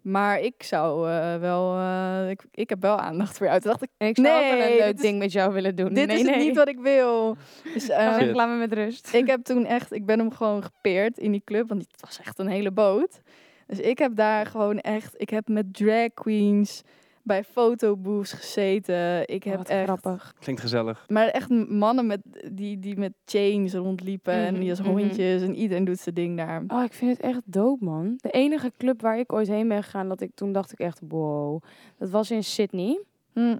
Speaker 1: maar ik zou eh, wel, eh, ik, ik heb wel aandacht voor jou. Toen dacht ik,
Speaker 2: En ik zou ook wel
Speaker 1: Nee,
Speaker 2: een leuk
Speaker 1: dit is-
Speaker 2: ding met jou willen doen.
Speaker 1: dit
Speaker 2: nee,
Speaker 1: is het
Speaker 2: nee.
Speaker 1: niet wat ik wil.
Speaker 2: <laughs>
Speaker 1: Dus eh,
Speaker 2: Ga weg,
Speaker 3: Shit.
Speaker 2: laat me met rust.
Speaker 1: ik heb toen echt, ik ben hem gewoon gepeerd in die club, want het was echt een hele boot. Dus ik heb daar gewoon echt, ik heb met drag queens bij fotoboefs gezeten. Ik heb
Speaker 2: Wat
Speaker 1: echt,
Speaker 2: grappig.
Speaker 3: Klinkt gezellig.
Speaker 1: maar echt mannen met, die, die met chains rondliepen en
Speaker 2: Mhm,
Speaker 1: die als
Speaker 2: mhm.
Speaker 1: hondjes en iedereen doet zijn ding daar.
Speaker 2: Oh, ik vind het echt dope, man. De enige club waar ik ooit heen ben gegaan, dat ik, toen dacht ik echt, wow. Dat was in Sydney.
Speaker 1: Hm.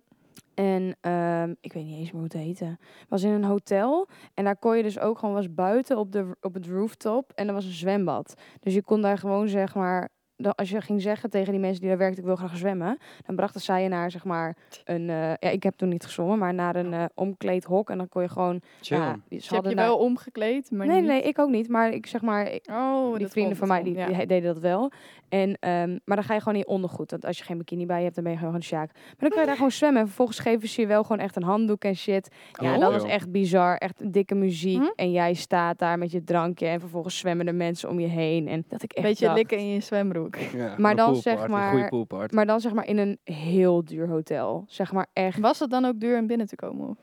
Speaker 2: En ehm, ik weet niet eens meer hoe het heette. was in een hotel. En daar kon je dus ook gewoon, was buiten op, de, op het rooftop. En er was een zwembad. Dus je kon daar gewoon, zeg maar, dan- als je ging zeggen tegen die mensen die daar werkten, ik wil graag zwemmen, dan brachten zij je naar, zeg maar, een, eh, ja, ik heb toen niet gezongen, maar naar een eh, omkleedhok en dan kon je gewoon,
Speaker 3: Chill.
Speaker 2: ja, ze
Speaker 1: Dus je hebt je
Speaker 2: daar-
Speaker 1: wel omgekleed, maar
Speaker 2: nee,
Speaker 1: niet...
Speaker 2: nee, ik ook niet, maar ik zeg maar, ik-
Speaker 1: Oh, dat
Speaker 2: die
Speaker 1: kon,
Speaker 2: vrienden van
Speaker 1: dat
Speaker 2: mij die,
Speaker 1: kon, ja.
Speaker 2: die he- deden dat wel. En, ehm, maar dan ga je gewoon in je ondergoed. Want als je geen bikini bij je hebt, dan ben je gewoon een sjaak. Maar dan kan je daar gewoon zwemmen. En vervolgens geven ze je wel gewoon echt een handdoek en shit. Ja,
Speaker 3: Oh,
Speaker 2: dat was
Speaker 3: joh.
Speaker 2: echt bizar. Echt dikke muziek.
Speaker 1: Hm?
Speaker 2: En jij staat daar met je drankje. En vervolgens zwemmen er mensen om je heen. En dat ik echt
Speaker 1: Beetje
Speaker 2: dacht-
Speaker 1: likken in je
Speaker 2: <laughs>
Speaker 1: zwembroek.
Speaker 3: Ja, gewoon
Speaker 2: maar
Speaker 3: een
Speaker 2: dan
Speaker 3: poolparty,
Speaker 2: zeg
Speaker 3: een
Speaker 2: maar-
Speaker 3: goede poolparty.
Speaker 2: Maar dan zeg maar in een heel duur hotel. Zeg maar echt.
Speaker 1: Was het dan ook duur om binnen te komen? Of?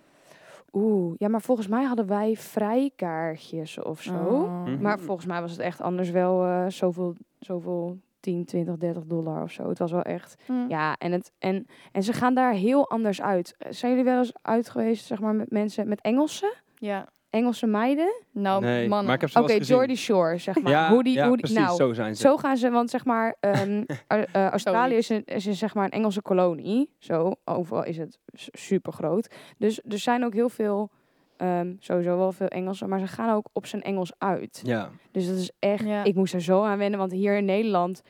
Speaker 2: Oeh, ja, maar volgens mij hadden wij vrijkaartjes of zo.
Speaker 1: Oh.
Speaker 3: Mhm.
Speaker 2: Maar volgens mij was het echt anders wel eh, zoveel, zoveel 10, 20, 30 dollar of zo. Het was wel echt.
Speaker 1: Mm.
Speaker 2: Ja, en, het, en, en ze gaan daar heel anders uit. Eh, Zijn jullie wel eens uit geweest, zeg maar, met mensen, met Engelsen?
Speaker 1: ja.
Speaker 2: Engelse meiden?
Speaker 1: Nou,
Speaker 3: nee,
Speaker 1: mannen.
Speaker 3: maar ik heb ze
Speaker 2: Oké,
Speaker 3: wel eens gezien.
Speaker 2: Jordy Shore, zeg maar.
Speaker 3: Ja,
Speaker 2: hoe die,
Speaker 3: ja,
Speaker 2: hoe die,
Speaker 3: precies,
Speaker 2: nou,
Speaker 3: zo zijn ze.
Speaker 2: zo gaan ze, want zeg maar,
Speaker 3: <laughs>
Speaker 2: ehm, Au- eh, Australië is, een, is een, zeg maar een Engelse kolonie. Zo, overal is het super groot. Dus er zijn ook heel veel, ehm, sowieso wel veel Engelsen, maar ze gaan ook op zijn Engels uit.
Speaker 3: Ja,
Speaker 2: Dus dat is echt,
Speaker 1: Ja.
Speaker 2: ik moest er zo aan wennen, want hier in Nederland,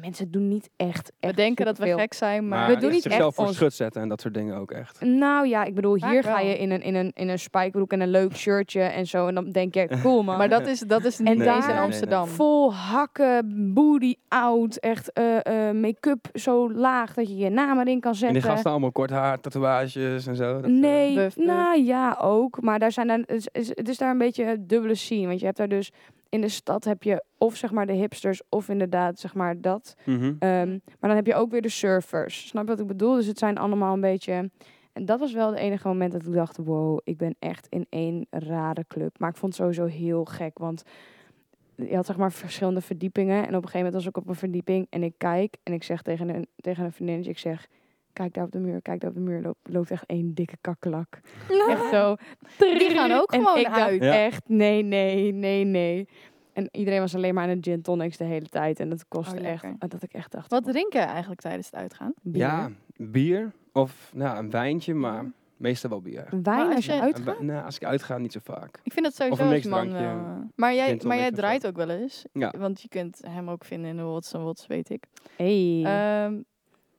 Speaker 2: mensen doen niet echt.
Speaker 1: we
Speaker 2: echt
Speaker 1: denken dat we
Speaker 2: superveel.
Speaker 1: gek zijn, maar...
Speaker 3: maar
Speaker 2: we doen niet
Speaker 3: zichzelf
Speaker 2: echt
Speaker 3: voor
Speaker 2: ons-
Speaker 3: schut zetten en dat soort dingen ook echt.
Speaker 2: Nou ja, ik bedoel,
Speaker 1: Vaak
Speaker 2: hier ga
Speaker 1: wel.
Speaker 2: je in een, in, een, in een spijkerbroek en een leuk shirtje en zo. En dan denk je, cool man.
Speaker 1: Maar dat is, dat is niet
Speaker 2: <laughs> En
Speaker 1: eens
Speaker 2: daar-
Speaker 1: in
Speaker 2: Nee, nee,
Speaker 1: Amsterdam.
Speaker 2: Vol hakken, booty out, echt eh, eh, make-up zo laag dat je je naam erin kan
Speaker 3: En
Speaker 2: zetten.
Speaker 3: die gasten allemaal kort haar, tatoeages en zo. dat, eh,
Speaker 2: Nee,
Speaker 1: Buff, buff.
Speaker 2: nou ja, ook. Maar daar zijn dan, het, is- is, het is daar een beetje een dubbele scene. Want je hebt daar dus, in de stad heb je of zeg maar de hipsters of inderdaad zeg maar dat.
Speaker 3: mhm.
Speaker 2: Ehm, maar dan heb je ook weer de surfers. Snap je wat ik bedoel? Dus het zijn allemaal een beetje. En dat was wel het enige moment dat ik dacht: wow, ik ben echt in één rare club. Maar ik vond het sowieso heel gek. Want je had zeg maar verschillende verdiepingen. En op een gegeven moment was ik op een verdieping en ik kijk en ik zeg tegen een, tegen een vriendinnetje: ik zeg. Kijk daar op de muur, kijk daar op de muur. Loopt, loopt echt één dikke
Speaker 1: <laughs>
Speaker 2: kakkelak. Echt zo.
Speaker 1: Die gaan ook
Speaker 2: En
Speaker 1: gewoon
Speaker 2: ik dacht
Speaker 1: uit.
Speaker 3: Ja.
Speaker 2: echt, nee, nee, nee, nee. En iedereen was alleen maar aan het gin tonics de hele tijd. En dat kostte
Speaker 1: Oh,
Speaker 2: echt,
Speaker 1: lekker.
Speaker 2: dat ik echt dacht...
Speaker 1: Wat
Speaker 2: oh,
Speaker 1: drinken we eigenlijk tijdens het uitgaan?
Speaker 2: bier.
Speaker 3: Ja, bier of nou, een wijntje, maar
Speaker 1: Ja.
Speaker 3: meestal wel bier.
Speaker 2: Een wijn
Speaker 1: Maar als
Speaker 2: als je
Speaker 1: je-
Speaker 2: uit...
Speaker 3: Een wij- nou, als ik uitga, niet zo vaak.
Speaker 1: Ik vind dat sowieso
Speaker 3: Of een
Speaker 1: als man wel...
Speaker 3: mixdrankje,
Speaker 1: eh, Maar jij,
Speaker 3: gin
Speaker 1: maar jij
Speaker 3: tonic of zo.
Speaker 1: draait ook wel eens.
Speaker 3: Ja.
Speaker 1: Want je kunt hem ook vinden in de Wots en Wots, weet ik.
Speaker 2: Hey.
Speaker 1: Ehm,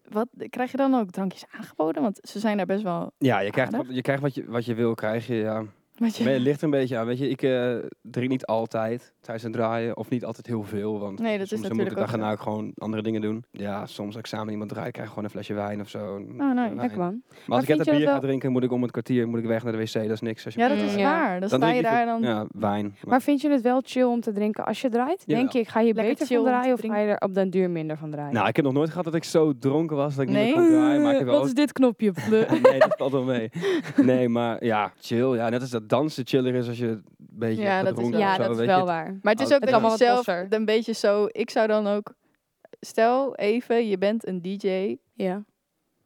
Speaker 1: wat, krijg je dan ook drankjes aangeboden? Want ze zijn daar best wel...
Speaker 3: Ja, je krijgt,
Speaker 1: Aardig.
Speaker 3: wat, je krijgt wat, je, wat je wil krijgen, ja.
Speaker 1: Wat je-
Speaker 3: Maar Het ligt er een beetje aan, weet je. Ik eh, drink niet altijd tijdens het draaien. Of niet altijd heel veel,
Speaker 1: <laughs>
Speaker 3: want
Speaker 1: Nee, dat is
Speaker 3: soms dan moet
Speaker 1: natuurlijk
Speaker 3: ik de dag
Speaker 1: ook zo.
Speaker 3: erna ook gewoon andere dingen doen. Ja, soms als ik samen met iemand draai, krijg ik gewoon een flesje wijn of zo.
Speaker 1: Oh, nee.
Speaker 3: Maar
Speaker 2: Lekker man.
Speaker 3: als ik
Speaker 2: vind
Speaker 3: net
Speaker 2: je
Speaker 3: een bier
Speaker 2: dat wel-
Speaker 3: ga drinken, moet ik om het kwartier moet ik weg naar de wc. Dat is niks. Als je
Speaker 1: Ja, dat is
Speaker 2: Ja.
Speaker 1: waar. Dan, sta je
Speaker 3: drink ik
Speaker 1: daar
Speaker 3: liever-
Speaker 1: dan...
Speaker 3: Ja, wijn.
Speaker 2: Maar vind je het wel chill om te drinken als je draait?
Speaker 3: Jawel.
Speaker 2: Denk je, ik ga je
Speaker 1: Lekker
Speaker 2: beter
Speaker 1: chill om
Speaker 2: van
Speaker 1: te
Speaker 2: draaien of ga
Speaker 1: drinken.
Speaker 2: je er op den duur minder van draaien?
Speaker 3: Nou, ik heb nog nooit gehad dat ik zo dronken was dat ik niet meer
Speaker 1: Nee?
Speaker 3: kon draaien. Maar ik heb wel
Speaker 2: Wat is dit
Speaker 3: <laughs>
Speaker 2: knopje?
Speaker 3: nee, dat valt wel mee. Nee, maar ja, chill. Ja, net als dat dansen chiller is als je een beetje
Speaker 1: Ja, dat is
Speaker 3: gedronken
Speaker 1: wel-
Speaker 3: of
Speaker 2: ja,
Speaker 3: zo,
Speaker 2: dat is
Speaker 3: weet
Speaker 2: wel
Speaker 3: je.
Speaker 2: waar.
Speaker 1: Maar het is
Speaker 3: Oh,
Speaker 1: ook
Speaker 3: het
Speaker 1: dat
Speaker 3: kan
Speaker 1: je
Speaker 2: wel wat
Speaker 1: zelf
Speaker 2: losser.
Speaker 1: een beetje zo... Ik zou dan ook... Stel even, je bent een DJ,
Speaker 2: Ja.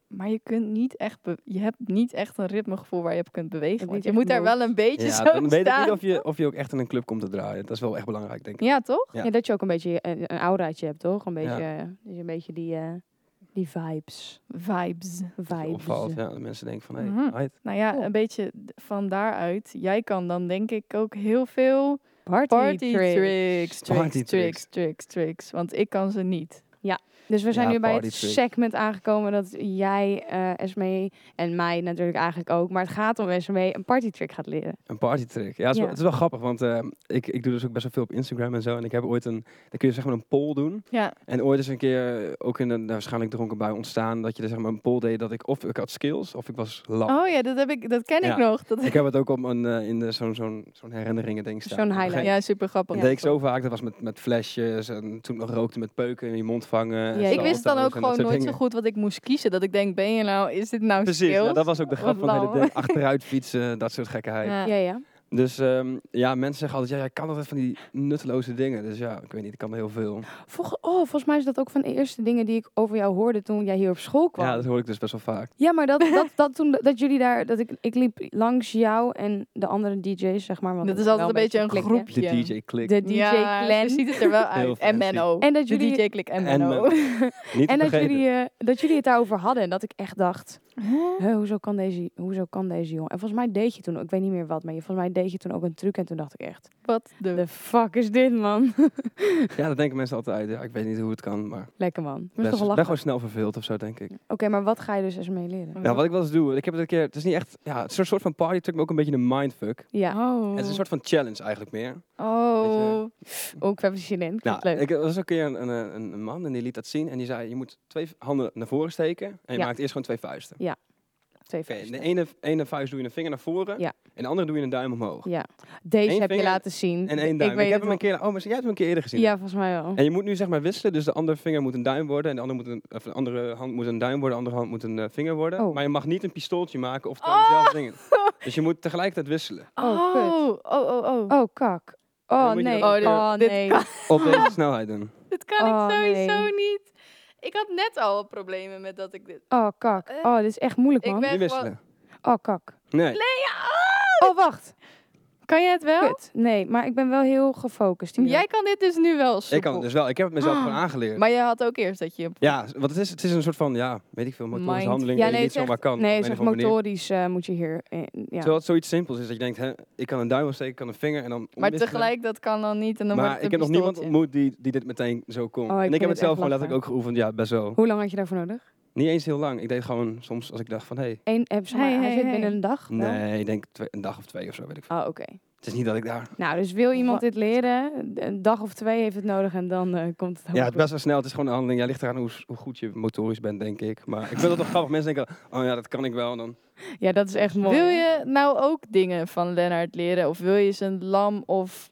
Speaker 1: maar je kunt niet echt... be- je hebt niet echt een ritmegevoel waar je op kunt bewegen.
Speaker 2: niet
Speaker 1: Want je
Speaker 2: echt
Speaker 1: moet daar
Speaker 2: moves.
Speaker 1: wel een beetje
Speaker 3: Ja,
Speaker 1: zo
Speaker 3: dan weet ik
Speaker 1: staan.
Speaker 3: niet of je, of je ook echt in een club komt te draaien. Dat is wel echt belangrijk, denk ik.
Speaker 1: Ja, toch?
Speaker 3: Ja.
Speaker 2: Ja, dat je ook een beetje eh, een, een auraatje hebt, toch? Een beetje, dus een beetje die, eh, die vibes.
Speaker 1: Vibes.
Speaker 3: Dat je
Speaker 2: vibes.
Speaker 3: opvalt. Ja, dat mensen denken van, hé, hey,
Speaker 1: Mhm.
Speaker 3: right.
Speaker 1: Nou ja,
Speaker 2: Cool.
Speaker 1: een beetje d- van daaruit. Jij kan dan denk ik ook heel veel
Speaker 2: Party,
Speaker 1: party tricks,
Speaker 2: tricks.
Speaker 1: tricks,
Speaker 3: Party
Speaker 1: tricks, tricks, tricks, Want ik kan ze niet.
Speaker 2: Dus we zijn
Speaker 3: Ja,
Speaker 2: nu bij
Speaker 3: party
Speaker 2: het
Speaker 3: tricks.
Speaker 2: segment aangekomen dat jij, eh Esme en mij natuurlijk eigenlijk ook, maar het gaat om Esme, een party trick gaat leren.
Speaker 3: Een partytrick. Ja, het is,
Speaker 2: Ja.
Speaker 3: Wel, het is wel grappig, want eh, ik, ik doe dus ook best wel veel op Instagram en zo. En ik heb ooit een, dan kun je zeg maar een poll doen.
Speaker 1: Ja,
Speaker 3: En ooit is een keer, eh, ook in een nou, waarschijnlijk dronken bui ontstaan, dat je er zeg maar een poll deed dat ik of ik had skills of ik was lap.
Speaker 1: oh ja, dat, heb ik, dat ken
Speaker 3: Ja.
Speaker 1: ik nog. Dat
Speaker 3: Ik heb het ook op een, eh, in de- zo'n zo'n zo'n herinneringen ding staan.
Speaker 2: Zo'n highlight.
Speaker 3: Op een
Speaker 1: <laughs> ja, super grappig.
Speaker 3: Dat deed ik zo vaak. Dat was met, met flesjes en toen nog rookte met peuken in je mond vangen. en
Speaker 2: Ja,
Speaker 1: Ik
Speaker 2: zo.
Speaker 1: wist dan ook
Speaker 3: salto's en dat
Speaker 1: gewoon
Speaker 3: soort
Speaker 1: nooit
Speaker 3: dingen.
Speaker 1: zo goed wat ik moest kiezen. Dat ik denk, ben je nou, is dit nou
Speaker 3: Precies, nou,
Speaker 1: skills?
Speaker 3: dat was ook de grap
Speaker 1: Wat
Speaker 3: van de hele
Speaker 1: lauw. <laughs>
Speaker 3: ding. Achteruit fietsen, dat soort gekkigheid.
Speaker 1: Ja.
Speaker 2: Ja, ja.
Speaker 3: Dus ehm, ja, mensen zeggen altijd, ja, jij kan altijd van die nutteloze dingen. Dus ja, ik weet niet, ik kan er heel veel.
Speaker 2: Volg- oh, volgens mij is dat ook van de eerste dingen die ik over jou hoorde toen jij hier op school kwam.
Speaker 3: Ja,
Speaker 2: Ja,
Speaker 3: dat hoor ik dus best wel vaak.
Speaker 2: maar dat, dat, <laughs> dat toen dat jullie daar, dat ik, ik liep langs jou en de andere DJ's, zeg maar. want
Speaker 1: Dat
Speaker 2: het
Speaker 1: is
Speaker 2: wel
Speaker 1: altijd een beetje een
Speaker 2: klikje.
Speaker 1: groepje.
Speaker 3: De DJ klik.
Speaker 2: De DJ
Speaker 1: Ja,
Speaker 2: clan.
Speaker 1: zo ziet het er wel
Speaker 3: <laughs> Heel
Speaker 1: uit.
Speaker 3: fancy.
Speaker 1: En Menno.
Speaker 2: En dat
Speaker 1: De
Speaker 2: jullie-
Speaker 1: DJ-klik en
Speaker 3: En
Speaker 1: Menno.
Speaker 3: Niet te
Speaker 2: En dat
Speaker 3: vergeten.
Speaker 2: jullie, eh, dat jullie het daarover hadden en dat ik echt dacht, Hè, hoezo, kan deze, hoezo kan deze jongen? En volgens mij deed je toen, ik weet niet meer wat, maar je, volgens mij deed je toen ook een truc en toen dacht ik echt,
Speaker 1: <laughs> Wat de...
Speaker 2: the fuck is dit man? <laughs>
Speaker 3: Ja, dat denken mensen altijd. Ja, ik weet niet hoe het kan, maar
Speaker 2: Lekker man.
Speaker 3: ik
Speaker 2: Dat is toch
Speaker 3: ben,
Speaker 2: wel
Speaker 3: ben
Speaker 2: lachen.
Speaker 3: gewoon snel verveeld of zo, denk ik.
Speaker 2: Oké, maar wat ga je dus eens mee leren?
Speaker 3: Nou, wat ik wel eens doe, ik heb het een keer, het is niet echt, ja, het is een soort van party truc, maar ook een beetje een mindfuck.
Speaker 2: Ja.
Speaker 1: Oh.
Speaker 3: Het is een soort van challenge eigenlijk meer.
Speaker 1: Oh.
Speaker 2: Oh, ik heb zin in. Ik vind
Speaker 3: Nou,
Speaker 2: het leuk.
Speaker 3: ik, er was ook een keer een, een, eh, een- een man en die liet dat zien en die zei, je moet twee handen naar voren steken en je
Speaker 2: Ja.
Speaker 3: maakt eerst gewoon twee vuisten.
Speaker 2: Twee
Speaker 3: Oké, de
Speaker 2: vuisten.
Speaker 3: ene, ene vuist doe je een vinger naar voren
Speaker 2: Ja.
Speaker 3: en de andere doe je een duim omhoog.
Speaker 2: Ja. Deze
Speaker 3: Eén
Speaker 2: heb je
Speaker 3: vinger
Speaker 2: laten zien.
Speaker 3: En één duim. Ik,
Speaker 2: weet
Speaker 3: heb
Speaker 2: het
Speaker 3: hem een keer, oh, maar jij hebt hem een keer eerder gezien.
Speaker 2: wel. Ja, volgens mij wel.
Speaker 3: En je moet nu zeg maar wisselen, dus de andere vinger moet een duim worden en de andere, moet een, of de andere hand moet een duim worden, de andere hand moet een eh, vinger worden.
Speaker 2: Oh.
Speaker 3: Maar je mag niet een pistooltje maken of twee dezelfde
Speaker 2: <laughs>
Speaker 3: dingen. Dus je moet tegelijkertijd wisselen.
Speaker 2: Oh, kut.
Speaker 1: Oh, oh, oh, oh.
Speaker 2: Oh, kak. Oh,
Speaker 3: Dan moet je
Speaker 2: nee.
Speaker 3: dat-
Speaker 2: Oh,
Speaker 3: Oh, dit-
Speaker 1: dit
Speaker 2: nee.
Speaker 1: kan-
Speaker 3: Op deze snelheid dan.
Speaker 1: Dit kan
Speaker 2: Oh,
Speaker 1: ik sowieso
Speaker 2: nee.
Speaker 1: niet. Ik had net al problemen met dat ik dit...
Speaker 2: Oh, kak. Oh, dit is echt moeilijk,
Speaker 1: Eh, Ik
Speaker 2: man.
Speaker 1: ben-
Speaker 3: Niet
Speaker 1: Echt wel-
Speaker 3: wisselen.
Speaker 2: Oh, kak.
Speaker 3: Nee.
Speaker 2: Oh, wacht.
Speaker 1: Kan jij het wel?
Speaker 2: Kut. Nee, maar ik ben wel heel gefocust. hier.
Speaker 1: Jij kan dit dus nu wel
Speaker 3: Ik
Speaker 1: soepel.
Speaker 3: kan het dus wel. Ik heb het mezelf
Speaker 2: Ah.
Speaker 3: gewoon aangeleerd.
Speaker 1: Maar jij had ook eerst dat je...
Speaker 3: ja, want het is, het is een soort van, ja, weet ik veel, motorische
Speaker 1: Mind.
Speaker 3: handeling
Speaker 2: Ja,
Speaker 3: die
Speaker 2: nee, het
Speaker 3: je niet
Speaker 2: is
Speaker 3: zomaar
Speaker 2: echt,
Speaker 3: kan.
Speaker 2: nee,
Speaker 3: op
Speaker 2: het is
Speaker 3: een
Speaker 2: echt
Speaker 3: of andere manier.
Speaker 2: motorisch eh, moet je hier... eh, ja.
Speaker 3: Terwijl het zoiets simpels is dat je denkt, hè, ik kan een duim opsteken, ik kan een vinger en dan
Speaker 1: Maar
Speaker 3: omwisselen.
Speaker 1: tegelijk, dat kan dan niet. En dan
Speaker 3: Maar
Speaker 1: wordt
Speaker 3: ik
Speaker 1: het
Speaker 3: heb
Speaker 1: een
Speaker 3: nog niemand
Speaker 1: pistooltje.
Speaker 3: ontmoet die, die dit meteen zo kon.
Speaker 2: Oh, ik
Speaker 3: en ik
Speaker 2: vind
Speaker 3: heb
Speaker 2: het
Speaker 3: het zelf
Speaker 2: echt lachen.
Speaker 3: gewoon letterlijk ook geoefend, ja, best wel.
Speaker 2: Hoe lang had je daarvoor nodig?
Speaker 3: Niet eens heel lang. Ik deed gewoon soms als ik dacht van, hé, hey,
Speaker 2: Eén app, zeg maar,
Speaker 1: Hey,
Speaker 2: hij
Speaker 1: hey,
Speaker 2: zit
Speaker 1: hey.
Speaker 2: binnen een dag? wel?
Speaker 3: nee, ik denk twee- een dag of twee of zo, weet ik veel.
Speaker 2: Oh, oké.
Speaker 3: Het is niet dat ik daar...
Speaker 2: Nou, dus wil iemand
Speaker 1: Wat?
Speaker 2: dit leren, een dag of twee heeft het nodig en dan eh, komt het
Speaker 3: Ja,
Speaker 2: ook
Speaker 3: het best wel snel. Het is gewoon een handeling. Ja, ligt eraan hoe, s- hoe goed je motorisch bent, denk ik. Maar ik vind dat toch grappig. Mensen denken, oh ja, dat kan ik wel. En dan,
Speaker 2: goed. Ja, dat is echt mooi.
Speaker 1: Wil je nou ook dingen van Lennart leren? Of wil je zijn lam of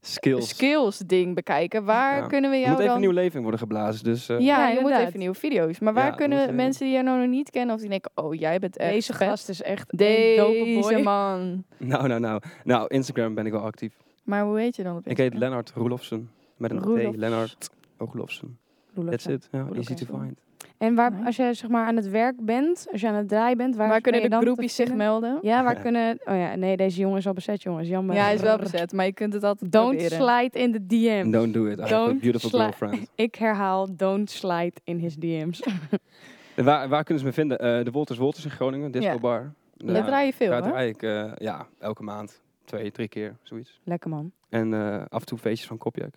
Speaker 3: skills.
Speaker 1: skills ding bekijken? Waar
Speaker 3: Ja.
Speaker 1: kunnen we
Speaker 3: Er
Speaker 1: jou
Speaker 3: moet even
Speaker 1: dan...
Speaker 3: nieuw leven in worden geblazen. Dus eh,
Speaker 1: Ja,
Speaker 2: Ja,
Speaker 1: je moet
Speaker 2: inderdaad.
Speaker 1: even nieuwe video's. Maar waar
Speaker 3: Ja,
Speaker 1: kunnen
Speaker 3: moeten we-
Speaker 1: mensen die jou nog niet kennen... of die denken, oh, jij bent echt
Speaker 2: Deze
Speaker 1: vet.
Speaker 2: gast is echt een dope
Speaker 1: Deze
Speaker 2: boy.
Speaker 1: man.
Speaker 3: <laughs> nou, nou, nou. Nou, Instagram ben ik wel actief.
Speaker 1: Maar hoe heet je dan op
Speaker 3: Ik heet
Speaker 1: Instagram?
Speaker 3: Lennart Roelofsen. Met een
Speaker 1: Roelofs-
Speaker 3: T. Lennart Roelofsen. That's it. Ja, easy to
Speaker 2: Roelofsen.
Speaker 3: find.
Speaker 2: En waar,
Speaker 1: Nee.
Speaker 2: als je zeg maar aan het werk bent, als je aan het draaien bent, waar,
Speaker 1: Waar
Speaker 2: ben
Speaker 1: kunnen
Speaker 2: je
Speaker 1: de
Speaker 2: dan te
Speaker 1: groepjes zich
Speaker 2: vinden?
Speaker 1: melden?
Speaker 2: Ja, waar kunnen... Oh ja, nee, deze jongen is al bezet, jongens. Jammer.
Speaker 1: Ja, hij is wel bezet, maar je kunt het altijd
Speaker 2: Don't
Speaker 1: proberen.
Speaker 2: slide in the DM's.
Speaker 3: Don't do it. I have a
Speaker 2: Don't
Speaker 3: beautiful
Speaker 2: sla-
Speaker 3: girlfriend.
Speaker 2: Ik herhaal, don't slide in his
Speaker 1: <laughs>
Speaker 2: DM's.
Speaker 3: En waar, waar kunnen ze me vinden? Eh, de Wolters Wolters in Groningen. Disco
Speaker 1: Ja.
Speaker 3: Bar. Daar-
Speaker 1: Daar draai je veel,
Speaker 3: Daar
Speaker 1: hè?
Speaker 3: draai ik eh, ja, elke maand. Twee, drie keer. Zoiets.
Speaker 2: Lekker man.
Speaker 3: En eh, af en toe feestjes van Kopjak.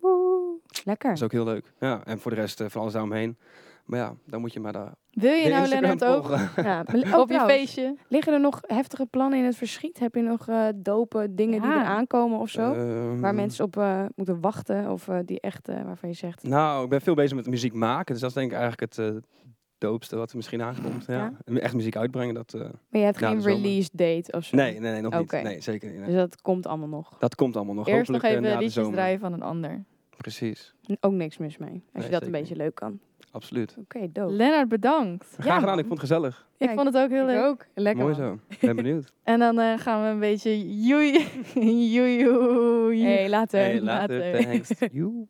Speaker 1: Woe.
Speaker 2: Lekker.
Speaker 3: Dat is ook heel leuk. Ja, en voor de rest eh, van alles daaromheen. Maar ja, dan moet je maar daar.
Speaker 1: Wil je
Speaker 3: de
Speaker 1: nou
Speaker 3: Instagram
Speaker 1: Lennart ook
Speaker 3: volgen. <laughs>
Speaker 2: Ja, maar li-
Speaker 1: op
Speaker 2: oh,
Speaker 1: je
Speaker 2: trouwens,
Speaker 1: feestje?
Speaker 2: Liggen er nog heftige plannen in het verschiet? Heb je nog eh, dope dingen die
Speaker 1: Ja.
Speaker 2: eraan komen of zo?
Speaker 3: <laughs> Ehm,
Speaker 2: waar mensen op eh, moeten wachten of eh, die echt, eh, waarvan je zegt...
Speaker 3: Nou, ik ben veel bezig met muziek maken. Dus dat is denk ik eigenlijk het eh, doopste wat er misschien aankomt. Ja. Echt muziek uitbrengen, dat... eh,
Speaker 2: Maar je hebt
Speaker 3: Ja,
Speaker 2: geen
Speaker 3: dat is wel leuk.
Speaker 2: release date of zo?
Speaker 3: nee, nee, nee, nog
Speaker 2: Oké.
Speaker 3: niet. Nee, zeker niet. nee.
Speaker 2: Dus dat komt allemaal nog.
Speaker 3: Dat komt allemaal nog.
Speaker 1: Eerst nog
Speaker 3: Hopelijk, eh,
Speaker 1: even
Speaker 3: na de
Speaker 1: liedjes
Speaker 3: zomer.
Speaker 1: draaien van een ander.
Speaker 3: Precies,
Speaker 2: N- Ook niks mis mee. Als je dat
Speaker 3: zeker
Speaker 2: een beetje leuk kan.
Speaker 3: absoluut.
Speaker 2: Oké, dope.
Speaker 1: Lennart, bedankt.
Speaker 3: Graag gedaan, ik vond het gezellig.
Speaker 1: Ik
Speaker 2: Ja,
Speaker 1: vond het ook heel leuk.
Speaker 2: ook. Lekker
Speaker 3: Mooi
Speaker 2: man.
Speaker 3: zo. Ik ben benieuwd.
Speaker 1: <laughs> En dan eh, gaan we een beetje joei, <laughs> joei, joei.
Speaker 2: Hey, later.
Speaker 3: Hey, later.
Speaker 1: Later. <laughs>
Speaker 3: Thanks. Joe.